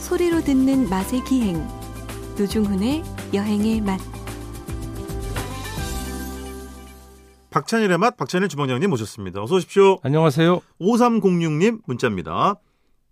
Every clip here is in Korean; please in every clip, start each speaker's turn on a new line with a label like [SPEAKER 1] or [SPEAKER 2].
[SPEAKER 1] 소리로 듣는 맛의 기행 노중훈의 여행의 맛
[SPEAKER 2] 박찬일의 맛 박찬일 주방장님 모셨습니다. 어서 오십시오.
[SPEAKER 3] 안녕하세요.
[SPEAKER 2] 5306님 문자입니다.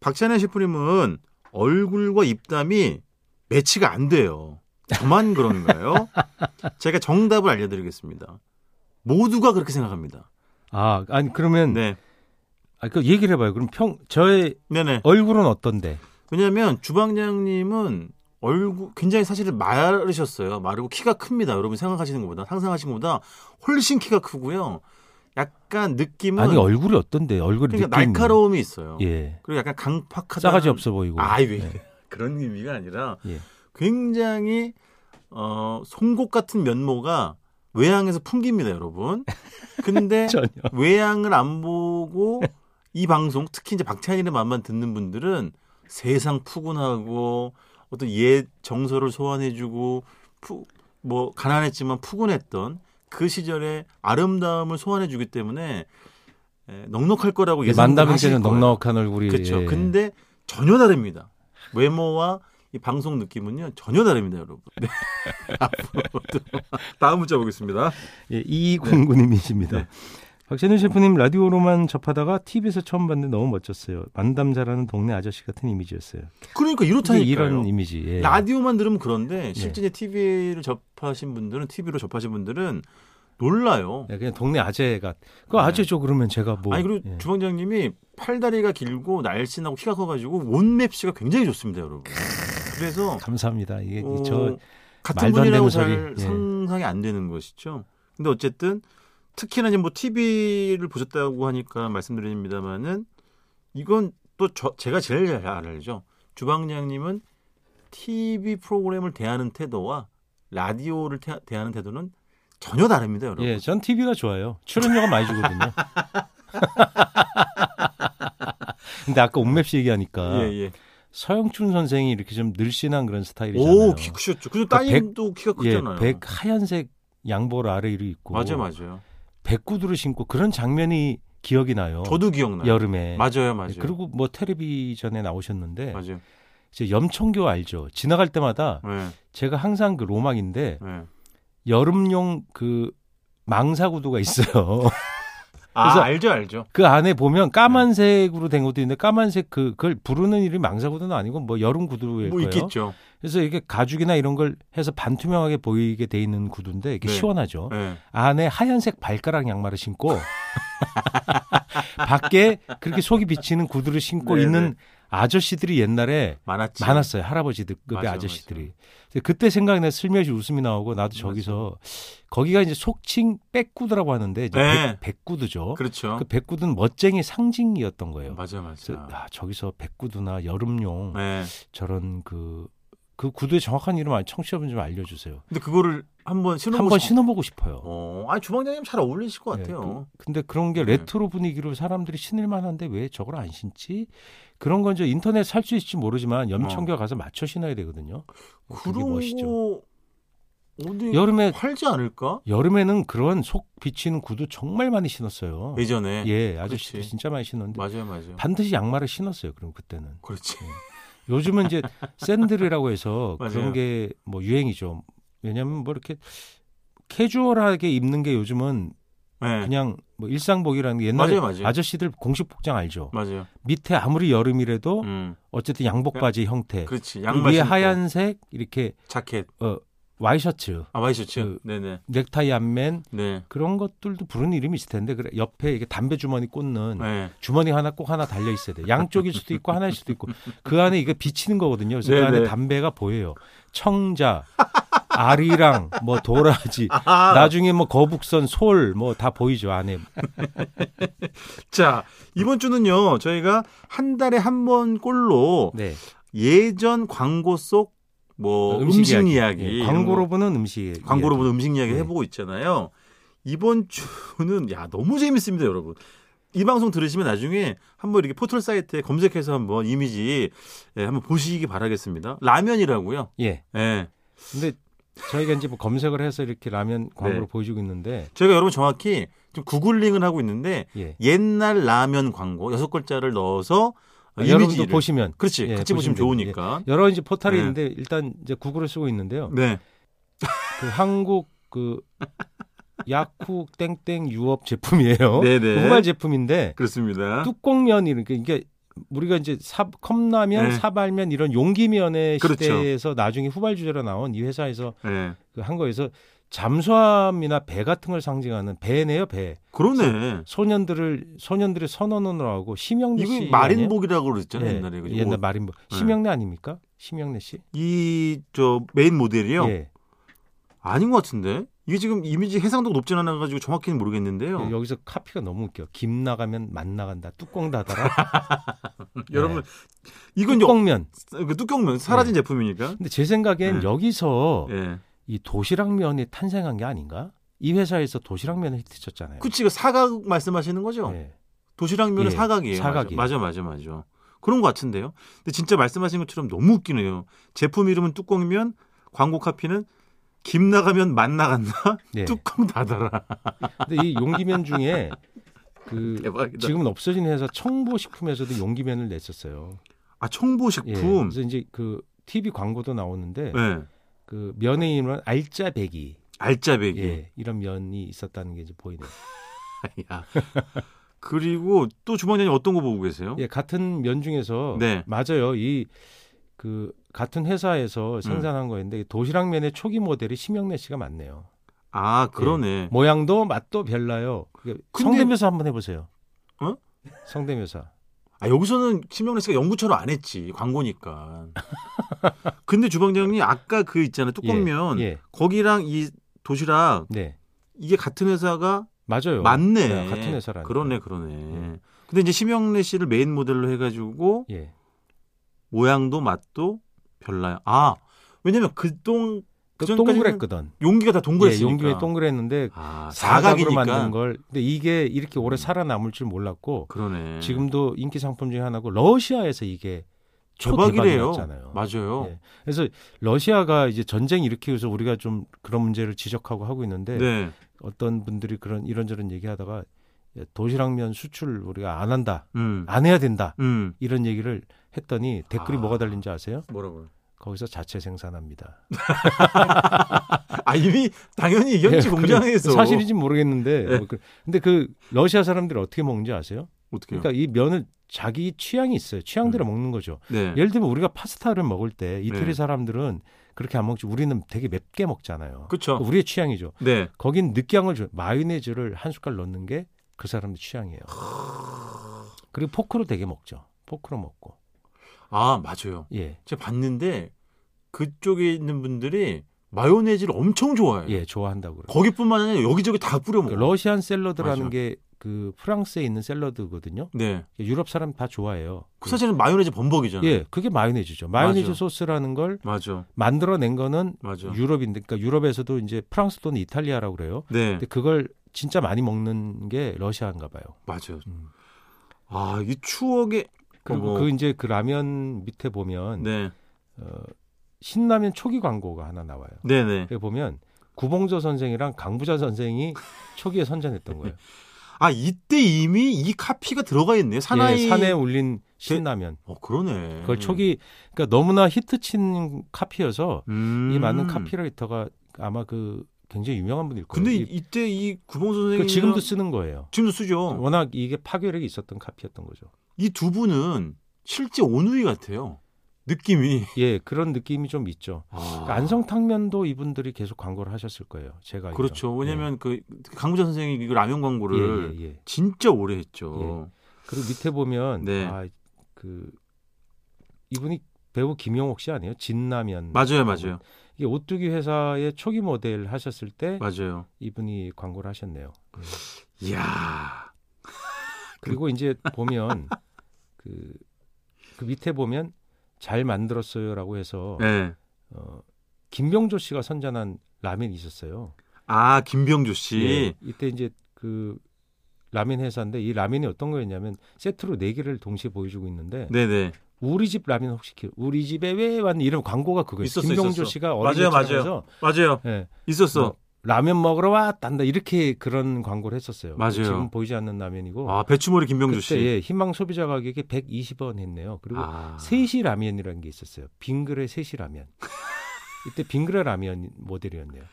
[SPEAKER 2] 박찬일 셰프님은 얼굴과 입담이 매치가 안 돼요. 저만 그런가요? 제가 정답을 알려드리겠습니다. 모두가 그렇게 생각합니다.
[SPEAKER 3] 아, 아니 그러면
[SPEAKER 2] 네.
[SPEAKER 3] 아, 그 얘기를 해봐요. 그럼 평 저의
[SPEAKER 2] 네네.
[SPEAKER 3] 얼굴은 어떤데?
[SPEAKER 2] 왜냐하면 주방장님은 얼굴 굉장히 사실 마르셨어요. 마르고 키가 큽니다. 여러분 생각하시는 것보다 상상하시는 것보다 훨씬 키가 크고요. 약간 느낌은
[SPEAKER 3] 아니 얼굴이 어떤데? 얼굴
[SPEAKER 2] 그러니까
[SPEAKER 3] 느낌이.
[SPEAKER 2] 날카로움이 있어요.
[SPEAKER 3] 예.
[SPEAKER 2] 그리고 약간 강팍하다.
[SPEAKER 3] 싸가지 없어 보이고.
[SPEAKER 2] 아이 왜
[SPEAKER 3] 예.
[SPEAKER 2] 그런 의미가 아니라
[SPEAKER 3] 예.
[SPEAKER 2] 굉장히 어 송곳 같은 면모가 외양에서 풍깁니다, 여러분. 근데
[SPEAKER 3] 전혀.
[SPEAKER 2] 외양을 안 보고 이 방송 특히 이제 박찬일의 맛만 듣는 분들은 세상 푸근하고 어떤 옛 정서를 소환해주고 푸, 뭐 가난했지만 푸근했던 그 시절의 아름다움을 소환해주기 때문에 에, 넉넉할 거라고 예상
[SPEAKER 3] 만담일 때는 넉넉한 얼굴이.
[SPEAKER 2] 그렇죠.
[SPEAKER 3] 예.
[SPEAKER 2] 근데 전혀 다릅니다. 외모와 이 방송 느낌은요 전혀 다릅니다, 여러분. 네. 앞으로도. 다음 문자 보겠습니다.
[SPEAKER 3] 예, 이공구님이십니다.
[SPEAKER 2] 네.
[SPEAKER 3] 박찬일 셰프님 라디오로만 접하다가 TV에서 처음 봤는데 너무 멋졌어요. 만담 잘하는 동네 아저씨 같은 이미지였어요.
[SPEAKER 2] 그러니까
[SPEAKER 3] 이게
[SPEAKER 2] 이렇다니까요.
[SPEAKER 3] 이런 이미지. 네. 예.
[SPEAKER 2] 라디오만 들으면 그런데 실제 이제 TV를 접하신 분들은 TV로 접하신 분들은 놀라요.
[SPEAKER 3] 예, 그냥 동네 아재가 그
[SPEAKER 2] 네.
[SPEAKER 3] 아재죠 그러면 제가 뭐
[SPEAKER 2] 아니 그리고
[SPEAKER 3] 예.
[SPEAKER 2] 주방장님이 팔다리가 길고 날씬하고 키가 커가지고 온 맵시가 굉장히 좋습니다, 여러분. 그래서
[SPEAKER 3] 감사합니다. 예, 이게
[SPEAKER 2] 어,
[SPEAKER 3] 저
[SPEAKER 2] 같은
[SPEAKER 3] 말도 안 되는
[SPEAKER 2] 분이라고 잘
[SPEAKER 3] 소리. 예.
[SPEAKER 2] 상상이 안 되는 것이죠. 근데 어쨌든 특히나 이제 뭐 TV를 보셨다고 하니까 말씀드립니다만은 이건 또 저, 제가 제일 잘 알죠. 주방장님은 TV 프로그램을 대하는 태도와 라디오를 태- 대하는 태도는 전혀 다릅니다, 여러분.
[SPEAKER 3] 예, 전 TV가 좋아요. 출연료가 많이 주거든요. 근데 아까 온맵 씨 얘기하니까
[SPEAKER 2] 예, 예.
[SPEAKER 3] 서영춘 선생이 이렇게 좀 늘씬한 그런 스타일이잖아요.
[SPEAKER 2] 오, 키 크셨죠. 그리고
[SPEAKER 3] 그 백-
[SPEAKER 2] 따님도 키가
[SPEAKER 3] 예,
[SPEAKER 2] 크잖아요.
[SPEAKER 3] 백 하얀색 양볼 아래로 입고
[SPEAKER 2] 맞아요, 맞아요.
[SPEAKER 3] 백구두를 신고 그런 장면이 기억이 나요.
[SPEAKER 2] 저도 기억나요.
[SPEAKER 3] 여름에.
[SPEAKER 2] 맞아요, 맞아요.
[SPEAKER 3] 어, 예, 그리고 뭐 텔레비전에 나오셨는데
[SPEAKER 2] 맞아요.
[SPEAKER 3] 이제 염청교 알죠. 지나갈 때마다
[SPEAKER 2] 예,
[SPEAKER 3] 제가 항상 그 로망인데
[SPEAKER 2] 예.
[SPEAKER 3] 여름용 그 망사구두가 있어요.
[SPEAKER 2] 아,
[SPEAKER 3] 그래서-
[SPEAKER 2] 알죠, 알죠.
[SPEAKER 3] 그 안에 보면
[SPEAKER 2] 네.
[SPEAKER 3] 까만색으로 된 것도 있는데 까만색 그 그걸 부르는 이름이 망사구두는 아니고 뭐 여름 구두일
[SPEAKER 2] 뭐
[SPEAKER 3] 거예요.
[SPEAKER 2] 있겠죠.
[SPEAKER 3] 그래서 이렇게 가죽이나 이런 걸 해서 반투명하게 보이게 돼 있는 구두인데 이게
[SPEAKER 2] 네.
[SPEAKER 3] 시원하죠.
[SPEAKER 2] 예.
[SPEAKER 3] 안에 하얀색 발가락 양말을 신고 밖에 그렇게 속이 비치는 구두를 신고
[SPEAKER 2] 네,
[SPEAKER 3] 있는
[SPEAKER 2] 네.
[SPEAKER 3] 아저씨들이 옛날에
[SPEAKER 2] 많았지.
[SPEAKER 3] 많았어요. 할아버지급의
[SPEAKER 2] 맞아,
[SPEAKER 3] 아저씨들이. 근데 그때 생각나 슬며시 웃음이 나오고 나도 저기서 거기가 이제 속칭 백구두라고 하는데 이제
[SPEAKER 2] 네.
[SPEAKER 3] 백, 백구두죠.
[SPEAKER 2] 그렇죠.
[SPEAKER 3] 그 백구두는 멋쟁이 상징이었던 거예요.
[SPEAKER 2] 맞아 맞아.
[SPEAKER 3] 그래서 아, 저기서 백구두나 여름용
[SPEAKER 2] 네.
[SPEAKER 3] 저런 그, 그 구두의 정확한 이름 아- 청취자분 좀 알려주세요.
[SPEAKER 2] 근데 그거를 한번 신어
[SPEAKER 3] 한번 신어보고 싶어요.
[SPEAKER 2] 어, 아 주방장님 잘 어울리실 것
[SPEAKER 3] 예,
[SPEAKER 2] 같아요.
[SPEAKER 3] 그- 근데 그런 게
[SPEAKER 2] 네.
[SPEAKER 3] 레트로 분위기로 사람들이 신을 만한데 왜 저걸 안 신지? 그런 건 이제 인터넷 살 수 있을지 모르지만 염청교 가서 맞춰 신어야 되거든요.
[SPEAKER 2] 그,
[SPEAKER 3] 그게
[SPEAKER 2] 런
[SPEAKER 3] 멋이죠.
[SPEAKER 2] 거 어디
[SPEAKER 3] 여름에 어,
[SPEAKER 2] 팔지 않을까?
[SPEAKER 3] 여름에는 그런 속 비치는 구두 정말 많이 신었어요.
[SPEAKER 2] 예전에
[SPEAKER 3] 예, 아저씨들
[SPEAKER 2] 그렇지.
[SPEAKER 3] 진짜 많이 신었는데
[SPEAKER 2] 맞아요 맞아요.
[SPEAKER 3] 반드시 양말을 신었어요. 그럼 그때는.
[SPEAKER 2] 그렇지.
[SPEAKER 3] 예. 요즘은 이제 샌들이라고 해서
[SPEAKER 2] 맞아요.
[SPEAKER 3] 그런 게 뭐 유행이죠. 왜냐하면 뭐 이렇게 캐주얼하게 입는 게 요즘은
[SPEAKER 2] 네.
[SPEAKER 3] 그냥 뭐 일상복이라는 게 옛날에
[SPEAKER 2] 맞아요 맞아요.
[SPEAKER 3] 저씨들 공식 복장 알죠.
[SPEAKER 2] 맞아요.
[SPEAKER 3] 밑에 아무리 여름이라도
[SPEAKER 2] 음,
[SPEAKER 3] 어쨌든 양복 바지 형태.
[SPEAKER 2] 그렇지.
[SPEAKER 3] 그리고
[SPEAKER 2] 양말
[SPEAKER 3] 위에
[SPEAKER 2] 신고,
[SPEAKER 3] 하얀색 이렇게
[SPEAKER 2] 자켓,
[SPEAKER 3] 어, 와이셔츠,
[SPEAKER 2] 아 와이셔츠.
[SPEAKER 3] 그-
[SPEAKER 2] 네네.
[SPEAKER 3] 넥타이 안맨
[SPEAKER 2] 네.
[SPEAKER 3] 그런 것들도 부르는 이름이 있을 텐데 그래 옆에 이게 담배 주머니 꽂는
[SPEAKER 2] 네.
[SPEAKER 3] 주머니 하나 꼭 하나 달려 있어야 돼. 양쪽일 수도 있고 하나일 수도 있고 그 안에 이게 비치는 거거든요. 그래서 그
[SPEAKER 2] 네네.
[SPEAKER 3] 안에 담배가 보여요. 청자, 아리랑, 뭐 도라지,
[SPEAKER 2] 아,
[SPEAKER 3] 나중에 뭐 거북선, 솔 뭐 다 보이죠 안에.
[SPEAKER 2] 자 이번 주는요 저희가 한 달에 한 번 꼴로
[SPEAKER 3] 네.
[SPEAKER 2] 예전 광고 속 뭐 음식, 이야기,
[SPEAKER 3] 예,
[SPEAKER 2] 이런 거
[SPEAKER 3] 광고로 보는 음식.
[SPEAKER 2] 광고로 보는 음식 이야기
[SPEAKER 3] 네.
[SPEAKER 2] 해보고 있잖아요. 이번 주는 야 너무 재밌습니다, 여러분. 이 방송 들으시면 나중에 한번 이렇게 포털 사이트에 검색해서 한번 이미지 예, 한번 보시기 바라겠습니다. 라면이라고요.
[SPEAKER 3] 예.
[SPEAKER 2] 예.
[SPEAKER 3] 근데 저희가 이제 뭐 검색을 해서 이렇게 라면 광고를
[SPEAKER 2] 네.
[SPEAKER 3] 보여주고 있는데
[SPEAKER 2] 저희가 여러분 정확히 좀 구글링을 하고 있는데
[SPEAKER 3] 예.
[SPEAKER 2] 옛날 라면 광고 여섯 글자를 넣어서 아,
[SPEAKER 3] 여러분도
[SPEAKER 2] 이미지를.
[SPEAKER 3] 보시면
[SPEAKER 2] 그렇지.
[SPEAKER 3] 예,
[SPEAKER 2] 같이 보시면
[SPEAKER 3] 보시면 됩니다.
[SPEAKER 2] 좋으니까.
[SPEAKER 3] 여러 이제 포털이
[SPEAKER 2] 네.
[SPEAKER 3] 있는데 일단 이제 구글을 쓰고 있는데요.
[SPEAKER 2] 네.
[SPEAKER 3] 그 한국 그 야쿠 땡땡 유업 제품이에요.
[SPEAKER 2] 네네.
[SPEAKER 3] 후발 제품인데
[SPEAKER 2] 그렇습니다.
[SPEAKER 3] 뚜껑면 이런 게 이게 우리가 이제 사, 컵라면,
[SPEAKER 2] 네.
[SPEAKER 3] 사발면 이런 용기면의
[SPEAKER 2] 그렇죠.
[SPEAKER 3] 시대에서 나중에 후발 주제로 나온 이 회사에서
[SPEAKER 2] 네.
[SPEAKER 3] 그 한 거에서 잠수함이나 배 같은 걸 상징하는 배네요 배
[SPEAKER 2] 그러네.
[SPEAKER 3] 소년들을 소년들의 선언으로 하고 심영래 씨
[SPEAKER 2] 이거 마린복이라고 그랬잖아요
[SPEAKER 3] 아니에요?
[SPEAKER 2] 옛날에
[SPEAKER 3] 예,
[SPEAKER 2] 그죠?
[SPEAKER 3] 옛날 마린보
[SPEAKER 2] 네.
[SPEAKER 3] 심영래 아닙니까 심영래 씨
[SPEAKER 2] 이저 메인 모델이요
[SPEAKER 3] 예.
[SPEAKER 2] 아닌 것 같은데 이게 지금 이미지 해상도가 높진 않아가지고 정확히는 모르겠는데요.
[SPEAKER 3] 예, 여기서 카피가 너무 웃겨 김 나가면 맛 나간다 뚜껑 닫아라
[SPEAKER 2] 예. 여러분 이건 뚜껑...
[SPEAKER 3] 뚜껑면 예.
[SPEAKER 2] 그 뚜껑면 사라진 제품이니까.
[SPEAKER 3] 근데 제 생각엔
[SPEAKER 2] 네.
[SPEAKER 3] 여기서
[SPEAKER 2] 예.
[SPEAKER 3] 이 도시락면이 탄생한 게 아닌가 이 회사에서 도시락면을 히트쳤잖아요
[SPEAKER 2] 그치 그 사각 말씀하시는 거죠?
[SPEAKER 3] 예.
[SPEAKER 2] 도시락면은
[SPEAKER 3] 예,
[SPEAKER 2] 사각이에요.
[SPEAKER 3] 사각이에요.
[SPEAKER 2] 맞아 맞아 맞아. 맞아. 그런 것 같은데요. 근데 진짜 말씀하신 것처럼 너무 웃기네요. 제품 이름은 뚜껑면 광고 카피는 김 나가면 만 나간다.
[SPEAKER 3] 예.
[SPEAKER 2] 뚜껑 닫아라.
[SPEAKER 3] 근데 이 용기면 중에 그
[SPEAKER 2] 대박이다.
[SPEAKER 3] 지금은 없어진 회사 청보식품에서도 용기면을 냈었어요.
[SPEAKER 2] 아
[SPEAKER 3] 예,
[SPEAKER 2] 청보식품.
[SPEAKER 3] 그래서 이제 그 TV 광고도 나오는데
[SPEAKER 2] 예.
[SPEAKER 3] 그 면의 이름은 알짜배기
[SPEAKER 2] 알짜배기.
[SPEAKER 3] 예, 이런 면이 있었다는 게 이제 보이네요.
[SPEAKER 2] 야. 그리고 또 주방장님 어떤 거 보고 계세요?
[SPEAKER 3] 예, 같은 면 중에서
[SPEAKER 2] 네.
[SPEAKER 3] 맞아요. 이 그 같은
[SPEAKER 2] 음.
[SPEAKER 3] 회사에서 생산한 거인데 도시락면의 초기 모델이 심영래 씨가 맞네요.
[SPEAKER 2] 아
[SPEAKER 3] 예.
[SPEAKER 2] 그러네.
[SPEAKER 3] 모양도 맛도 별나요. 그게
[SPEAKER 2] 근데-
[SPEAKER 3] 성대묘사 한번 해보세요.
[SPEAKER 2] 어?
[SPEAKER 3] 성대묘사.
[SPEAKER 2] 아 여기서는 심영래 씨가 연구처럼 안 했지 광고니까. 근데 주방장님 아까 그 있잖아요 뚜껑면
[SPEAKER 3] 예, 예,
[SPEAKER 2] 거기랑 이 도시락
[SPEAKER 3] 네,
[SPEAKER 2] 이게 같은 회사가
[SPEAKER 3] 맞아요.
[SPEAKER 2] 맞네.
[SPEAKER 3] 네, 같은 회사라는.
[SPEAKER 2] 그러네 그러네.
[SPEAKER 3] 예.
[SPEAKER 2] 근데 이제 심영래 씨를 메인 모델로 해가지고
[SPEAKER 3] 예,
[SPEAKER 2] 모양도 맛도 별나요. 아 왜냐면 그동
[SPEAKER 3] 그
[SPEAKER 2] 그전까지는
[SPEAKER 3] 동그랬거든.
[SPEAKER 2] 용기가 다
[SPEAKER 3] 예,
[SPEAKER 2] 동그랬으니까.
[SPEAKER 3] 용기에 동그랬는데
[SPEAKER 2] 아
[SPEAKER 3] 사각으로
[SPEAKER 2] 사각이니까.
[SPEAKER 3] 만든 걸. 근데 이게 이렇게 오래
[SPEAKER 2] 음.
[SPEAKER 3] 살아남을 줄 몰랐고
[SPEAKER 2] 그러네.
[SPEAKER 3] 지금도 인기 상품 중에 하나고 러시아에서 이게 초대박이
[SPEAKER 2] 대박이래요.
[SPEAKER 3] 났잖아요.
[SPEAKER 2] 맞아요.
[SPEAKER 3] 예. 그래서 러시아가 이제 전쟁 일으키고서 우리가 좀 그런 문제를 지적하고 하고 있는데
[SPEAKER 2] 네.
[SPEAKER 3] 어떤 분들이 그런 이런저런 얘기하다가 도시락면 수출 우리가 안 한다,
[SPEAKER 2] 음.
[SPEAKER 3] 안 해야 된다
[SPEAKER 2] 음.
[SPEAKER 3] 이런 얘기를 했더니 댓글이
[SPEAKER 2] 아.
[SPEAKER 3] 뭐가 달린지 아세요?
[SPEAKER 2] 뭐라고요?
[SPEAKER 3] 거기서 자체 생산합니다.
[SPEAKER 2] 아 이미 당연히 이겼지
[SPEAKER 3] 예,
[SPEAKER 2] 공장에서
[SPEAKER 3] 그래. 사실인지 모르겠는데
[SPEAKER 2] 예.
[SPEAKER 3] 뭐 그- 근데 그 러시아 사람들이 어떻게 먹는지 아세요?
[SPEAKER 2] 어떻게요?
[SPEAKER 3] 그러니까 이 면을 자기 취향이 있어요. 취향대로 먹는 거죠.
[SPEAKER 2] 네.
[SPEAKER 3] 예를 들면 우리가 파스타를 먹을 때 이태리
[SPEAKER 2] 네.
[SPEAKER 3] 사람들은 그렇게 안 먹지. 우리는 되게 맵게 먹잖아요.
[SPEAKER 2] 그렇죠.
[SPEAKER 3] 우리의 취향이죠.
[SPEAKER 2] 네.
[SPEAKER 3] 거긴 느끼한 걸 줘. 마요네즈를 한 숟갈 넣는 게 그 사람의 취향이에요. 그리고 포크로 되게 먹죠. 포크로 먹고.
[SPEAKER 2] 아 맞아요.
[SPEAKER 3] 예.
[SPEAKER 2] 제가 봤는데 그쪽에 있는 분들이 마요네즈를 엄청 좋아해요.
[SPEAKER 3] 예, 좋아한다고 그래요.
[SPEAKER 2] 거기뿐만 아니라 여기저기 다 뿌려
[SPEAKER 3] 그
[SPEAKER 2] 먹어. 요
[SPEAKER 3] 러시안 샐러드라는
[SPEAKER 2] 맞아.
[SPEAKER 3] 게 그 프랑스에 있는 샐러드거든요.
[SPEAKER 2] 네.
[SPEAKER 3] 유럽 사람 다 좋아해요.
[SPEAKER 2] 그 사실은 마요네즈 범벅이잖아요.
[SPEAKER 3] 예, 그게 마요네즈죠. 마요네즈
[SPEAKER 2] 맞아.
[SPEAKER 3] 소스라는 걸
[SPEAKER 2] 맞아. 만들어낸
[SPEAKER 3] 만들어낸 거는
[SPEAKER 2] 맞아.
[SPEAKER 3] 유럽인데, 그러니까 유럽에서도 이제 프랑스 또는 이탈리아라고 그래요.
[SPEAKER 2] 네.
[SPEAKER 3] 근데 그걸 진짜 많이 먹는 게 러시아인가 봐요.
[SPEAKER 2] 맞아요.
[SPEAKER 3] 음.
[SPEAKER 2] 아 이 추억의
[SPEAKER 3] 그리고
[SPEAKER 2] 어머.
[SPEAKER 3] 그 이제 그 라면 밑에 보면
[SPEAKER 2] 네.
[SPEAKER 3] 어, 신라면 초기 광고가 하나 나와요.
[SPEAKER 2] 네네.
[SPEAKER 3] 그기 보면 구봉조 선생이랑 강부자 선생이 초기에 선전했던 거예요.
[SPEAKER 2] 아 이때 이미 이 카피가 들어가 있네요. 사나이.
[SPEAKER 3] 예, 산에 울린 신라면.
[SPEAKER 2] 어 그러네.
[SPEAKER 3] 그걸 초기 그러니까 너무나 히트친 카피여서
[SPEAKER 2] 음.
[SPEAKER 3] 이 많은 카피라이터가 아마 그 굉장히 유명한 분일 거예요.
[SPEAKER 2] 근데
[SPEAKER 3] 이-
[SPEAKER 2] 이때 이 어. 구봉 선생님
[SPEAKER 3] 그 지금도 쓰는 어. 거예요.
[SPEAKER 2] 지금도 쓰죠.
[SPEAKER 3] 워낙 이게 파괴력이 있었던 카피였던 거죠.
[SPEAKER 2] 이 두 분은 실제 오누이 같아요. 느낌이.
[SPEAKER 3] 예, 그런 느낌이 좀 있죠.
[SPEAKER 2] 아.
[SPEAKER 3] 그러니까 안성탕면도 이분들이 계속 광고를 하셨을 거예요. 제가 알기로.
[SPEAKER 2] 그렇죠. 왜냐하면 그 강구자 선생이 그 라면
[SPEAKER 3] 예. 예,
[SPEAKER 2] 광고를
[SPEAKER 3] 예, 예.
[SPEAKER 2] 진짜 오래 했죠.
[SPEAKER 3] 그리고 밑에 보면
[SPEAKER 2] 네.
[SPEAKER 3] 아, 그 이분이 배우 김용옥 씨 아니에요? 진라면
[SPEAKER 2] 맞아요, 맞아요,
[SPEAKER 3] 이게 오뚜기 회사의 초기 모델 하셨을 때
[SPEAKER 2] 맞아요.
[SPEAKER 3] 이분이 광고를 하셨네요.
[SPEAKER 2] 이야,
[SPEAKER 3] 그리고 이제 보면 그, 그 밑에 보면 잘 만들었어요라고 해서
[SPEAKER 2] 네.
[SPEAKER 3] 어, 김병조 씨가 선전한 라면이 있었어요.
[SPEAKER 2] 아 김병주 씨,
[SPEAKER 3] 예, 이때 이제 그 라면 회사인데 이 라면이 어떤 거였냐면 세트로 네 개를 동시에 보여주고 있는데
[SPEAKER 2] 네, 네,
[SPEAKER 3] 우리 집 라면 혹시 기 우리 집에 왜 왔니 이런 광고가 그거예요.
[SPEAKER 2] 있었어,
[SPEAKER 3] 김병조
[SPEAKER 2] 있었어.
[SPEAKER 3] 씨가
[SPEAKER 2] 맞아요, 맞아요.
[SPEAKER 3] 어린이집에서
[SPEAKER 2] 맞아요.
[SPEAKER 3] 예,
[SPEAKER 2] 있었어.
[SPEAKER 3] 뭐 라면 먹으러 왔다 한다 이렇게 그런 광고를 했었어요.
[SPEAKER 2] 맞아요.
[SPEAKER 3] 지금 보이지 않는 라면이고
[SPEAKER 2] 아 배추머리 김병주 씨.
[SPEAKER 3] 어. 그때 예, 희망 소비자 가격이 120원 했네요. 그리고
[SPEAKER 2] 아.
[SPEAKER 3] 세시 라면이라는 게 있었어요. 빙그레 세시 라면. 이때 빙그레 라면 모델이었네요.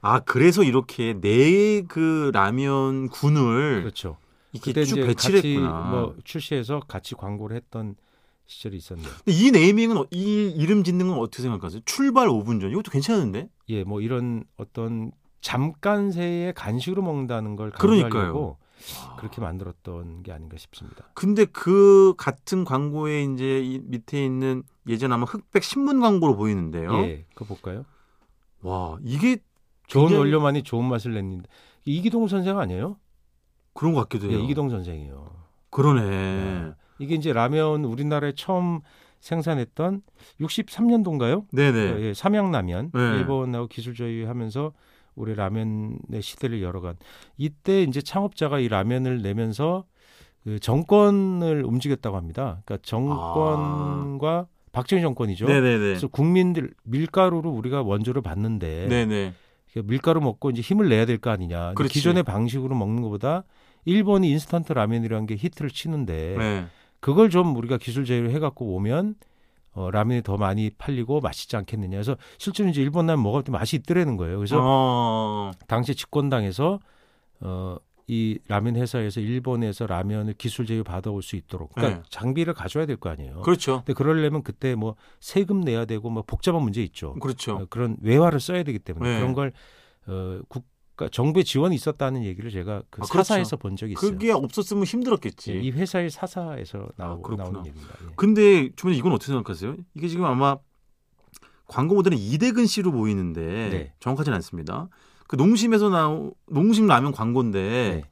[SPEAKER 2] 아 그래서 이렇게 네 그 라면 군을
[SPEAKER 3] 그렇죠.
[SPEAKER 2] 이렇게
[SPEAKER 3] 그때
[SPEAKER 2] 쭉
[SPEAKER 3] 이제
[SPEAKER 2] 배치를
[SPEAKER 3] 같이
[SPEAKER 2] 했구나.
[SPEAKER 3] 뭐 출시해서 같이 광고를 했던 시절이 있었네요.
[SPEAKER 2] 근데 이 네이밍은 어- 이 이름 짓는 건 어떻게 생각하세요? 출발 5분 전 이것도 괜찮은데?
[SPEAKER 3] 예, 뭐 이런 어떤 잠깐 새에 간식으로 먹는다는 걸
[SPEAKER 2] 그러니까요.
[SPEAKER 3] 강조하려고 그렇게 만들었던 게 아닌가 싶습니다.
[SPEAKER 2] 근데 그 같은 광고에 이제 이 밑에 있는 예전 아마 흑백 신문 광고로 보이는데요.
[SPEAKER 3] 예, 그거 볼까요?
[SPEAKER 2] 와 이게
[SPEAKER 3] 좋은
[SPEAKER 2] 굉장히-
[SPEAKER 3] 원료만이 좋은 맛을 냈는데 이기동 선생 아니에요?
[SPEAKER 2] 그런 것 같기도
[SPEAKER 3] 예,
[SPEAKER 2] 해요.
[SPEAKER 3] 이기동 선생이에요.
[SPEAKER 2] 그러네.
[SPEAKER 3] 네. 이게 이제 라면 우리나라에 처음 생산했던 63년도인가요?
[SPEAKER 2] 네네.
[SPEAKER 3] 예, 삼양라면
[SPEAKER 2] 네.
[SPEAKER 3] 일본하고 기술 조율하면서 우리 라면의 시대를 열어간 이때 이제 창업자가 이 라면을 내면서 그 정권을 움직였다고 합니다. 그러니까 정권과 박정희 정권이죠. 그렇죠. 예.
[SPEAKER 2] 네네네.
[SPEAKER 3] 그래서 국민들 밀가루로 우리가 원조를 받는데
[SPEAKER 2] 네네.
[SPEAKER 3] 그러니까 밀가루 먹고 이제 힘을 내야 될 거 아니냐. 근데
[SPEAKER 2] 그렇지.
[SPEAKER 3] 기존의 방식으로 먹는 것보다 일본이 인스턴트 라면이라는 게 히트를 치는데
[SPEAKER 2] 네.
[SPEAKER 3] 그걸 좀 우리가 기술 제휴를 해갖고 오면 어, 라면이 더 많이 팔리고 맛있지 않겠느냐 해서 실제로 이제 일본 라면 먹을 때 맛이 있더라는 거예요. 그래서
[SPEAKER 2] 어...
[SPEAKER 3] 당시 집권당에서 어, 이 라면 회사에서 일본에서 라면을 기술 제휴 받아올 수 있도록 그러니까
[SPEAKER 2] 네.
[SPEAKER 3] 장비를 가져야 될 거 아니에요.
[SPEAKER 2] 그렇죠.
[SPEAKER 3] 근데 그러려면 그때 뭐 세금 내야 되고 뭐 복잡한 문제 있죠.
[SPEAKER 2] 그렇죠.
[SPEAKER 3] 어, 그런 외화를 써야 되기 때문에
[SPEAKER 2] 네.
[SPEAKER 3] 그런 걸 어, 국가 정부의 지원이 있었다는 얘기를 제가 그
[SPEAKER 2] 아, 그렇죠.
[SPEAKER 3] 사사에서 본 적이 있어요.
[SPEAKER 2] 그게 없었으면 힘들었겠지.
[SPEAKER 3] 예, 이 회사의 사사에서 나오,
[SPEAKER 2] 그렇구나.
[SPEAKER 3] 나오는 얘기입니다. 예.
[SPEAKER 2] 근데 주변에 이건 어떻게 생각하세요? 이게 지금 아마 광고 모델은 이대근 씨로 보이는데
[SPEAKER 3] 네.
[SPEAKER 2] 정확하진 않습니다. 그 농심에서 나온 농심 라면 광고인데
[SPEAKER 3] 네.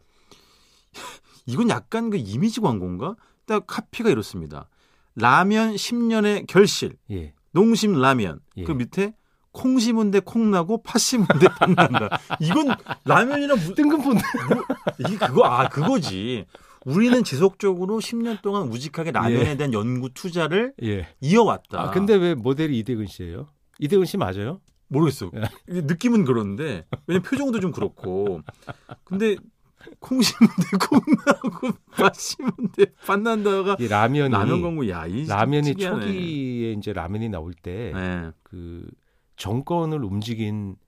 [SPEAKER 2] 이건 약간 그 이미지 광고인가? 딱 카피가 이렇습니다. 라면 10년의 결실.
[SPEAKER 3] 예.
[SPEAKER 2] 농심 라면.
[SPEAKER 3] 예.
[SPEAKER 2] 그 밑에 콩 심은데 콩 나고 팥 심은데 팥 난다. 이건 라면이랑 무,
[SPEAKER 3] 뜬금포
[SPEAKER 2] 이게 그거 아 그거지. 우리는 지속적으로 10년 동안 우직하게 라면에 대한 연구 투자를
[SPEAKER 3] 예.
[SPEAKER 2] 이어왔다.
[SPEAKER 3] 아, 근데 왜 모델이 이대근 씨예요? 이대근 씨 맞아요?
[SPEAKER 2] 모르겠어.
[SPEAKER 3] 네.
[SPEAKER 2] 이게 느낌은 그런데 왜냐면 표정도 좀 그렇고. 근데 콩 심은데 콩 나고 팥 심은데 팥 난다가
[SPEAKER 3] 이 라면이
[SPEAKER 2] 라면 광고 야이
[SPEAKER 3] 라면이 초기에 이제 라면이 나올 때 그
[SPEAKER 2] 네.
[SPEAKER 3] 정권을 움직인 그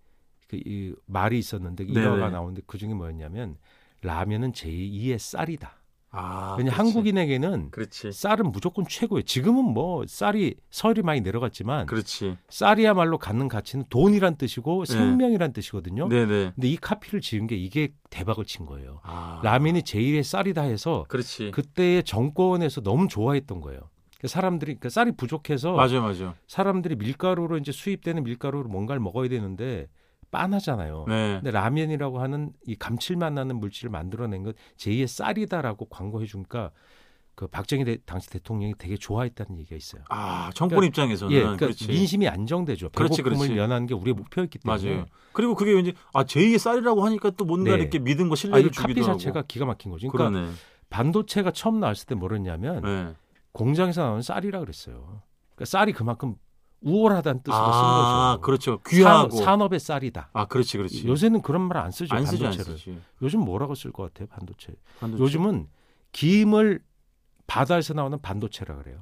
[SPEAKER 3] 이 말이 있었는데
[SPEAKER 2] 네네.
[SPEAKER 3] 일화가 나오는데 그 중에 뭐였냐면 라면은 제2의 쌀이다.
[SPEAKER 2] 아,
[SPEAKER 3] 왜냐
[SPEAKER 2] 그렇지.
[SPEAKER 3] 한국인에게는
[SPEAKER 2] 그렇지.
[SPEAKER 3] 쌀은 무조건 최고예요. 지금은 뭐 쌀이 서열이 많이 내려갔지만
[SPEAKER 2] 그렇지.
[SPEAKER 3] 쌀이야말로 갖는 가치는 돈이란 뜻이고
[SPEAKER 2] 네.
[SPEAKER 3] 생명이란 뜻이거든요.
[SPEAKER 2] 네, 네.
[SPEAKER 3] 근데 이 카피를 지은 게 이게 대박을 친 거예요.
[SPEAKER 2] 아.
[SPEAKER 3] 라면이 제일의 쌀이다 해서
[SPEAKER 2] 그렇지.
[SPEAKER 3] 그때의 정권에서 너무 좋아했던 거예요. 그러니까 사람들이 그러니까 쌀이 부족해서
[SPEAKER 2] 맞아요, 맞아요.
[SPEAKER 3] 사람들이 밀가루로 이제 수입되는 밀가루로 뭔가를 먹어야 되는데 빤하잖아요.
[SPEAKER 2] 네.
[SPEAKER 3] 근데 라면이라고 하는 이 감칠맛 나는 물질을 만들어낸 것 제2의 쌀이다라고 광고해 주니까 그 박정희 대- 당시 대통령이 되게 좋아했다는 얘기가 있어요.
[SPEAKER 2] 아, 정권 입장에서는
[SPEAKER 3] 예, 그러니까
[SPEAKER 2] 그렇지.
[SPEAKER 3] 민심이 안정되죠.
[SPEAKER 2] 그렇지,
[SPEAKER 3] 배고픔을
[SPEAKER 2] 그렇지.
[SPEAKER 3] 면하는 게 우리의 목표였기 때문에
[SPEAKER 2] 맞아요. 그리고 그게 왠지 아 제2의 쌀이라고 하니까 또 뭔가
[SPEAKER 3] 네.
[SPEAKER 2] 이렇게 믿음과
[SPEAKER 3] 아, 이
[SPEAKER 2] 신뢰를
[SPEAKER 3] 카피
[SPEAKER 2] 주기도
[SPEAKER 3] 자체가
[SPEAKER 2] 하고.
[SPEAKER 3] 기가 막힌 거죠. 그러니까
[SPEAKER 2] 그러네.
[SPEAKER 3] 반도체가 처음 나왔을 때 뭐랬냐면
[SPEAKER 2] 네.
[SPEAKER 3] 공장에서 나오는 쌀이라 그랬어요. 그러니까 쌀이 그만큼 우월하다는 뜻으로
[SPEAKER 2] 아,
[SPEAKER 3] 쓴 거죠.
[SPEAKER 2] 그렇죠. 귀하고.
[SPEAKER 3] 산업, 의 쌀이다.
[SPEAKER 2] 아, 그렇지, 그렇지.
[SPEAKER 3] 요새는 그런 말 안 쓰죠.
[SPEAKER 2] 안 쓰지 안 그렇죠.
[SPEAKER 3] 반도체를.
[SPEAKER 2] 쓰지.
[SPEAKER 3] 요즘 뭐라고 쓸 것 같아요, 반도체.
[SPEAKER 2] 반도체.
[SPEAKER 3] 요즘은 김을 바다에서 나오는 반도체라 그래요.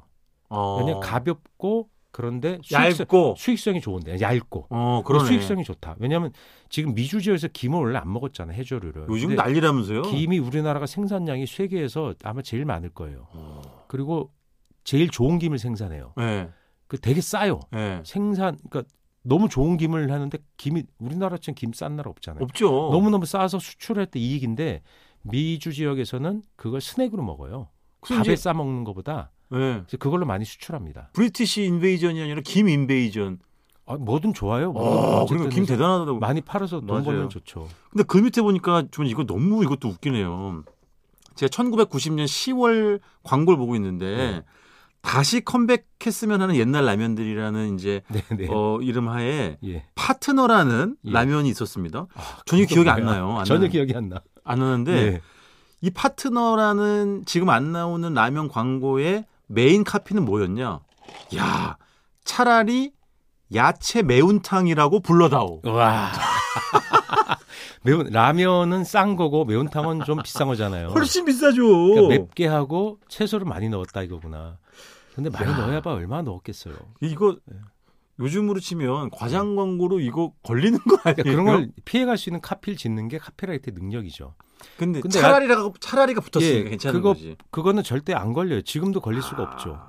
[SPEAKER 2] 어.
[SPEAKER 3] 왜냐 가볍고 그런데 수익성,
[SPEAKER 2] 얇고.
[SPEAKER 3] 수익성이 좋은데 얇고.
[SPEAKER 2] 어, 그러네.
[SPEAKER 3] 수익성이 좋다. 왜냐하면 지금 미주지에서 김을 원래 안 먹었잖아요, 해조류를.
[SPEAKER 2] 요즘
[SPEAKER 3] 근데
[SPEAKER 2] 난리라면서요.
[SPEAKER 3] 김이 우리나라가 생산량이 세계에서 아마 제일 많을 거예요.
[SPEAKER 2] 어.
[SPEAKER 3] 그리고 제일 좋은 김을 생산해요.
[SPEAKER 2] 예.
[SPEAKER 3] 그 되게 싸요.
[SPEAKER 2] 예.
[SPEAKER 3] 생산 그러니까 너무 좋은 김을 하는데 김이 우리나라처럼 김 싼 나라 없잖아요.
[SPEAKER 2] 없죠.
[SPEAKER 3] 너무너무 싸서 수출할 때 이익인데 미주 지역에서는 그걸 스낵으로 먹어요.
[SPEAKER 2] 그래서
[SPEAKER 3] 밥에
[SPEAKER 2] 이제-
[SPEAKER 3] 싸 먹는 것보다
[SPEAKER 2] 예.
[SPEAKER 3] 그래서 그걸로 많이 수출합니다.
[SPEAKER 2] 브리티시 인베이전이 아니라 김 인베이전.
[SPEAKER 3] 아, 뭐든 좋아요.
[SPEAKER 2] 어,
[SPEAKER 3] 뭐든
[SPEAKER 2] 그러니까
[SPEAKER 3] 어쨌든
[SPEAKER 2] 김 대단하다고.
[SPEAKER 3] 많이 팔아서 돈
[SPEAKER 2] 맞아요.
[SPEAKER 3] 벌면 좋죠.
[SPEAKER 2] 근데 그 밑에 보니까 좀 이거 너무 이것도 웃기네요. 제가 1990년 10월 광고를 보고
[SPEAKER 3] 네.
[SPEAKER 2] 있는데 다시 컴백했으면 하는 옛날 라면들이라는 이제
[SPEAKER 3] 네, 네.
[SPEAKER 2] 어 이름 하에
[SPEAKER 3] 예.
[SPEAKER 2] 파트너라는
[SPEAKER 3] 예.
[SPEAKER 2] 라면이 있었습니다.
[SPEAKER 3] 아,
[SPEAKER 2] 전혀
[SPEAKER 3] 그게
[SPEAKER 2] 기억이 안
[SPEAKER 3] 뭐야?
[SPEAKER 2] 나요. 네. 안
[SPEAKER 3] 전혀
[SPEAKER 2] 나요.
[SPEAKER 3] 기억이 안 나.
[SPEAKER 2] 안 하는데
[SPEAKER 3] 예.
[SPEAKER 2] 이 파트너라는 지금 안 나오는 라면 광고의 메인 카피는 뭐였냐? 야, 차라리 야채 매운탕이라고 불러다오.
[SPEAKER 3] 와. 매운 라면은 싼 거고 매운탕은 좀 비싼 거잖아요.
[SPEAKER 2] 훨씬 비싸죠.
[SPEAKER 3] 그러니까 맵게 하고 채소를 많이 넣었다 이거구나. 근데 많이
[SPEAKER 2] 야.
[SPEAKER 3] 넣어야 봐 얼마나 넣었겠어요. 그러니까
[SPEAKER 2] 이거
[SPEAKER 3] 예.
[SPEAKER 2] 요즘으로 치면 과장 광고로 이거 걸리는 거 아니에요?
[SPEAKER 3] 그러니까 그런 걸 피해갈 수 있는 카피를 짓는 게 카피라이트의 능력이죠.
[SPEAKER 2] 근데,
[SPEAKER 3] 근데
[SPEAKER 2] 차라리라고 차라리가 붙었으니까
[SPEAKER 3] 예,
[SPEAKER 2] 괜찮은
[SPEAKER 3] 그거
[SPEAKER 2] 거지.
[SPEAKER 3] 그거는 절대 안 걸려요. 지금도 걸릴
[SPEAKER 2] 아,
[SPEAKER 3] 수가 없죠.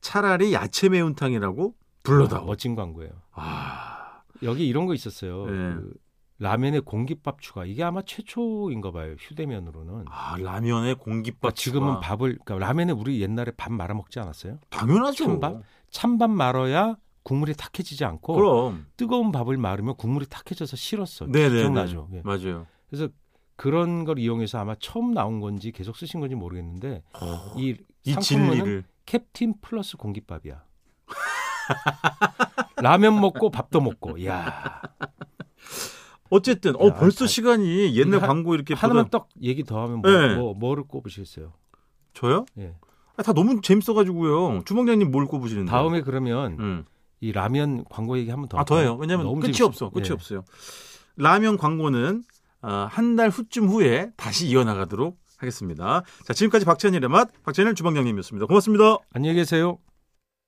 [SPEAKER 2] 차라리 야채 매운탕이라고 불러다오.
[SPEAKER 3] 어, 멋진 광고예요.
[SPEAKER 2] 아,
[SPEAKER 3] 여기 이런 거 있었어요.
[SPEAKER 2] 예.
[SPEAKER 3] 그 라면에 공깃밥 추가. 이게 아마 최초인가 봐요. 휴대면으로는.
[SPEAKER 2] 아, 라면에 공깃밥.
[SPEAKER 3] 그러니까 지금은
[SPEAKER 2] 추가.
[SPEAKER 3] 밥을 그러니까 라면에 우리 옛날에 밥 말아 먹지 않았어요?
[SPEAKER 2] 당연하죠.
[SPEAKER 3] 찬밥? 어. 찬밥 말아야 국물이 탁해지지 않고
[SPEAKER 2] 그럼
[SPEAKER 3] 뜨거운 밥을 말으면 국물이 탁해져서 실었어.
[SPEAKER 2] 네네
[SPEAKER 3] 기억나죠? 예.
[SPEAKER 2] 맞아요.
[SPEAKER 3] 그래서 그런 걸 이용해서 아마 처음 나온 건지 계속 쓰신 건지 모르겠는데 이,
[SPEAKER 2] 어, 이
[SPEAKER 3] 어. 상품은
[SPEAKER 2] 진리를
[SPEAKER 3] 캡틴 플러스 공깃밥이야. 라면 먹고 밥도 먹고. 야.
[SPEAKER 2] 어쨌든 어
[SPEAKER 3] 야,
[SPEAKER 2] 벌써
[SPEAKER 3] 다-
[SPEAKER 2] 시간이 옛날
[SPEAKER 3] 하-
[SPEAKER 2] 광고 이렇게
[SPEAKER 3] 하나만
[SPEAKER 2] 보다-
[SPEAKER 3] 떡 얘기 더 하면 뭐,
[SPEAKER 2] 예.
[SPEAKER 3] 뭐 뭐를 꼽으시겠어요?
[SPEAKER 2] 저요?
[SPEAKER 3] 예.
[SPEAKER 2] 아, 다 너무 재밌어가지고요. 주방장님 뭘 꼽으시는데?
[SPEAKER 3] 다음에 그러면
[SPEAKER 2] 음.
[SPEAKER 3] 이 라면 광고 얘기 한번 더.
[SPEAKER 2] 아 더해요. 왜냐하면
[SPEAKER 3] 너무
[SPEAKER 2] 끝이
[SPEAKER 3] 재밌어요.
[SPEAKER 2] 없어. 끝이
[SPEAKER 3] 예.
[SPEAKER 2] 없어요. 라면 광고는 어, 한달 후쯤 후에 다시 이어나가도록 하겠습니다. 자 지금까지 박찬일의 맛 박찬일 주방장님이었습니다. 고맙습니다.
[SPEAKER 3] 안녕히 계세요.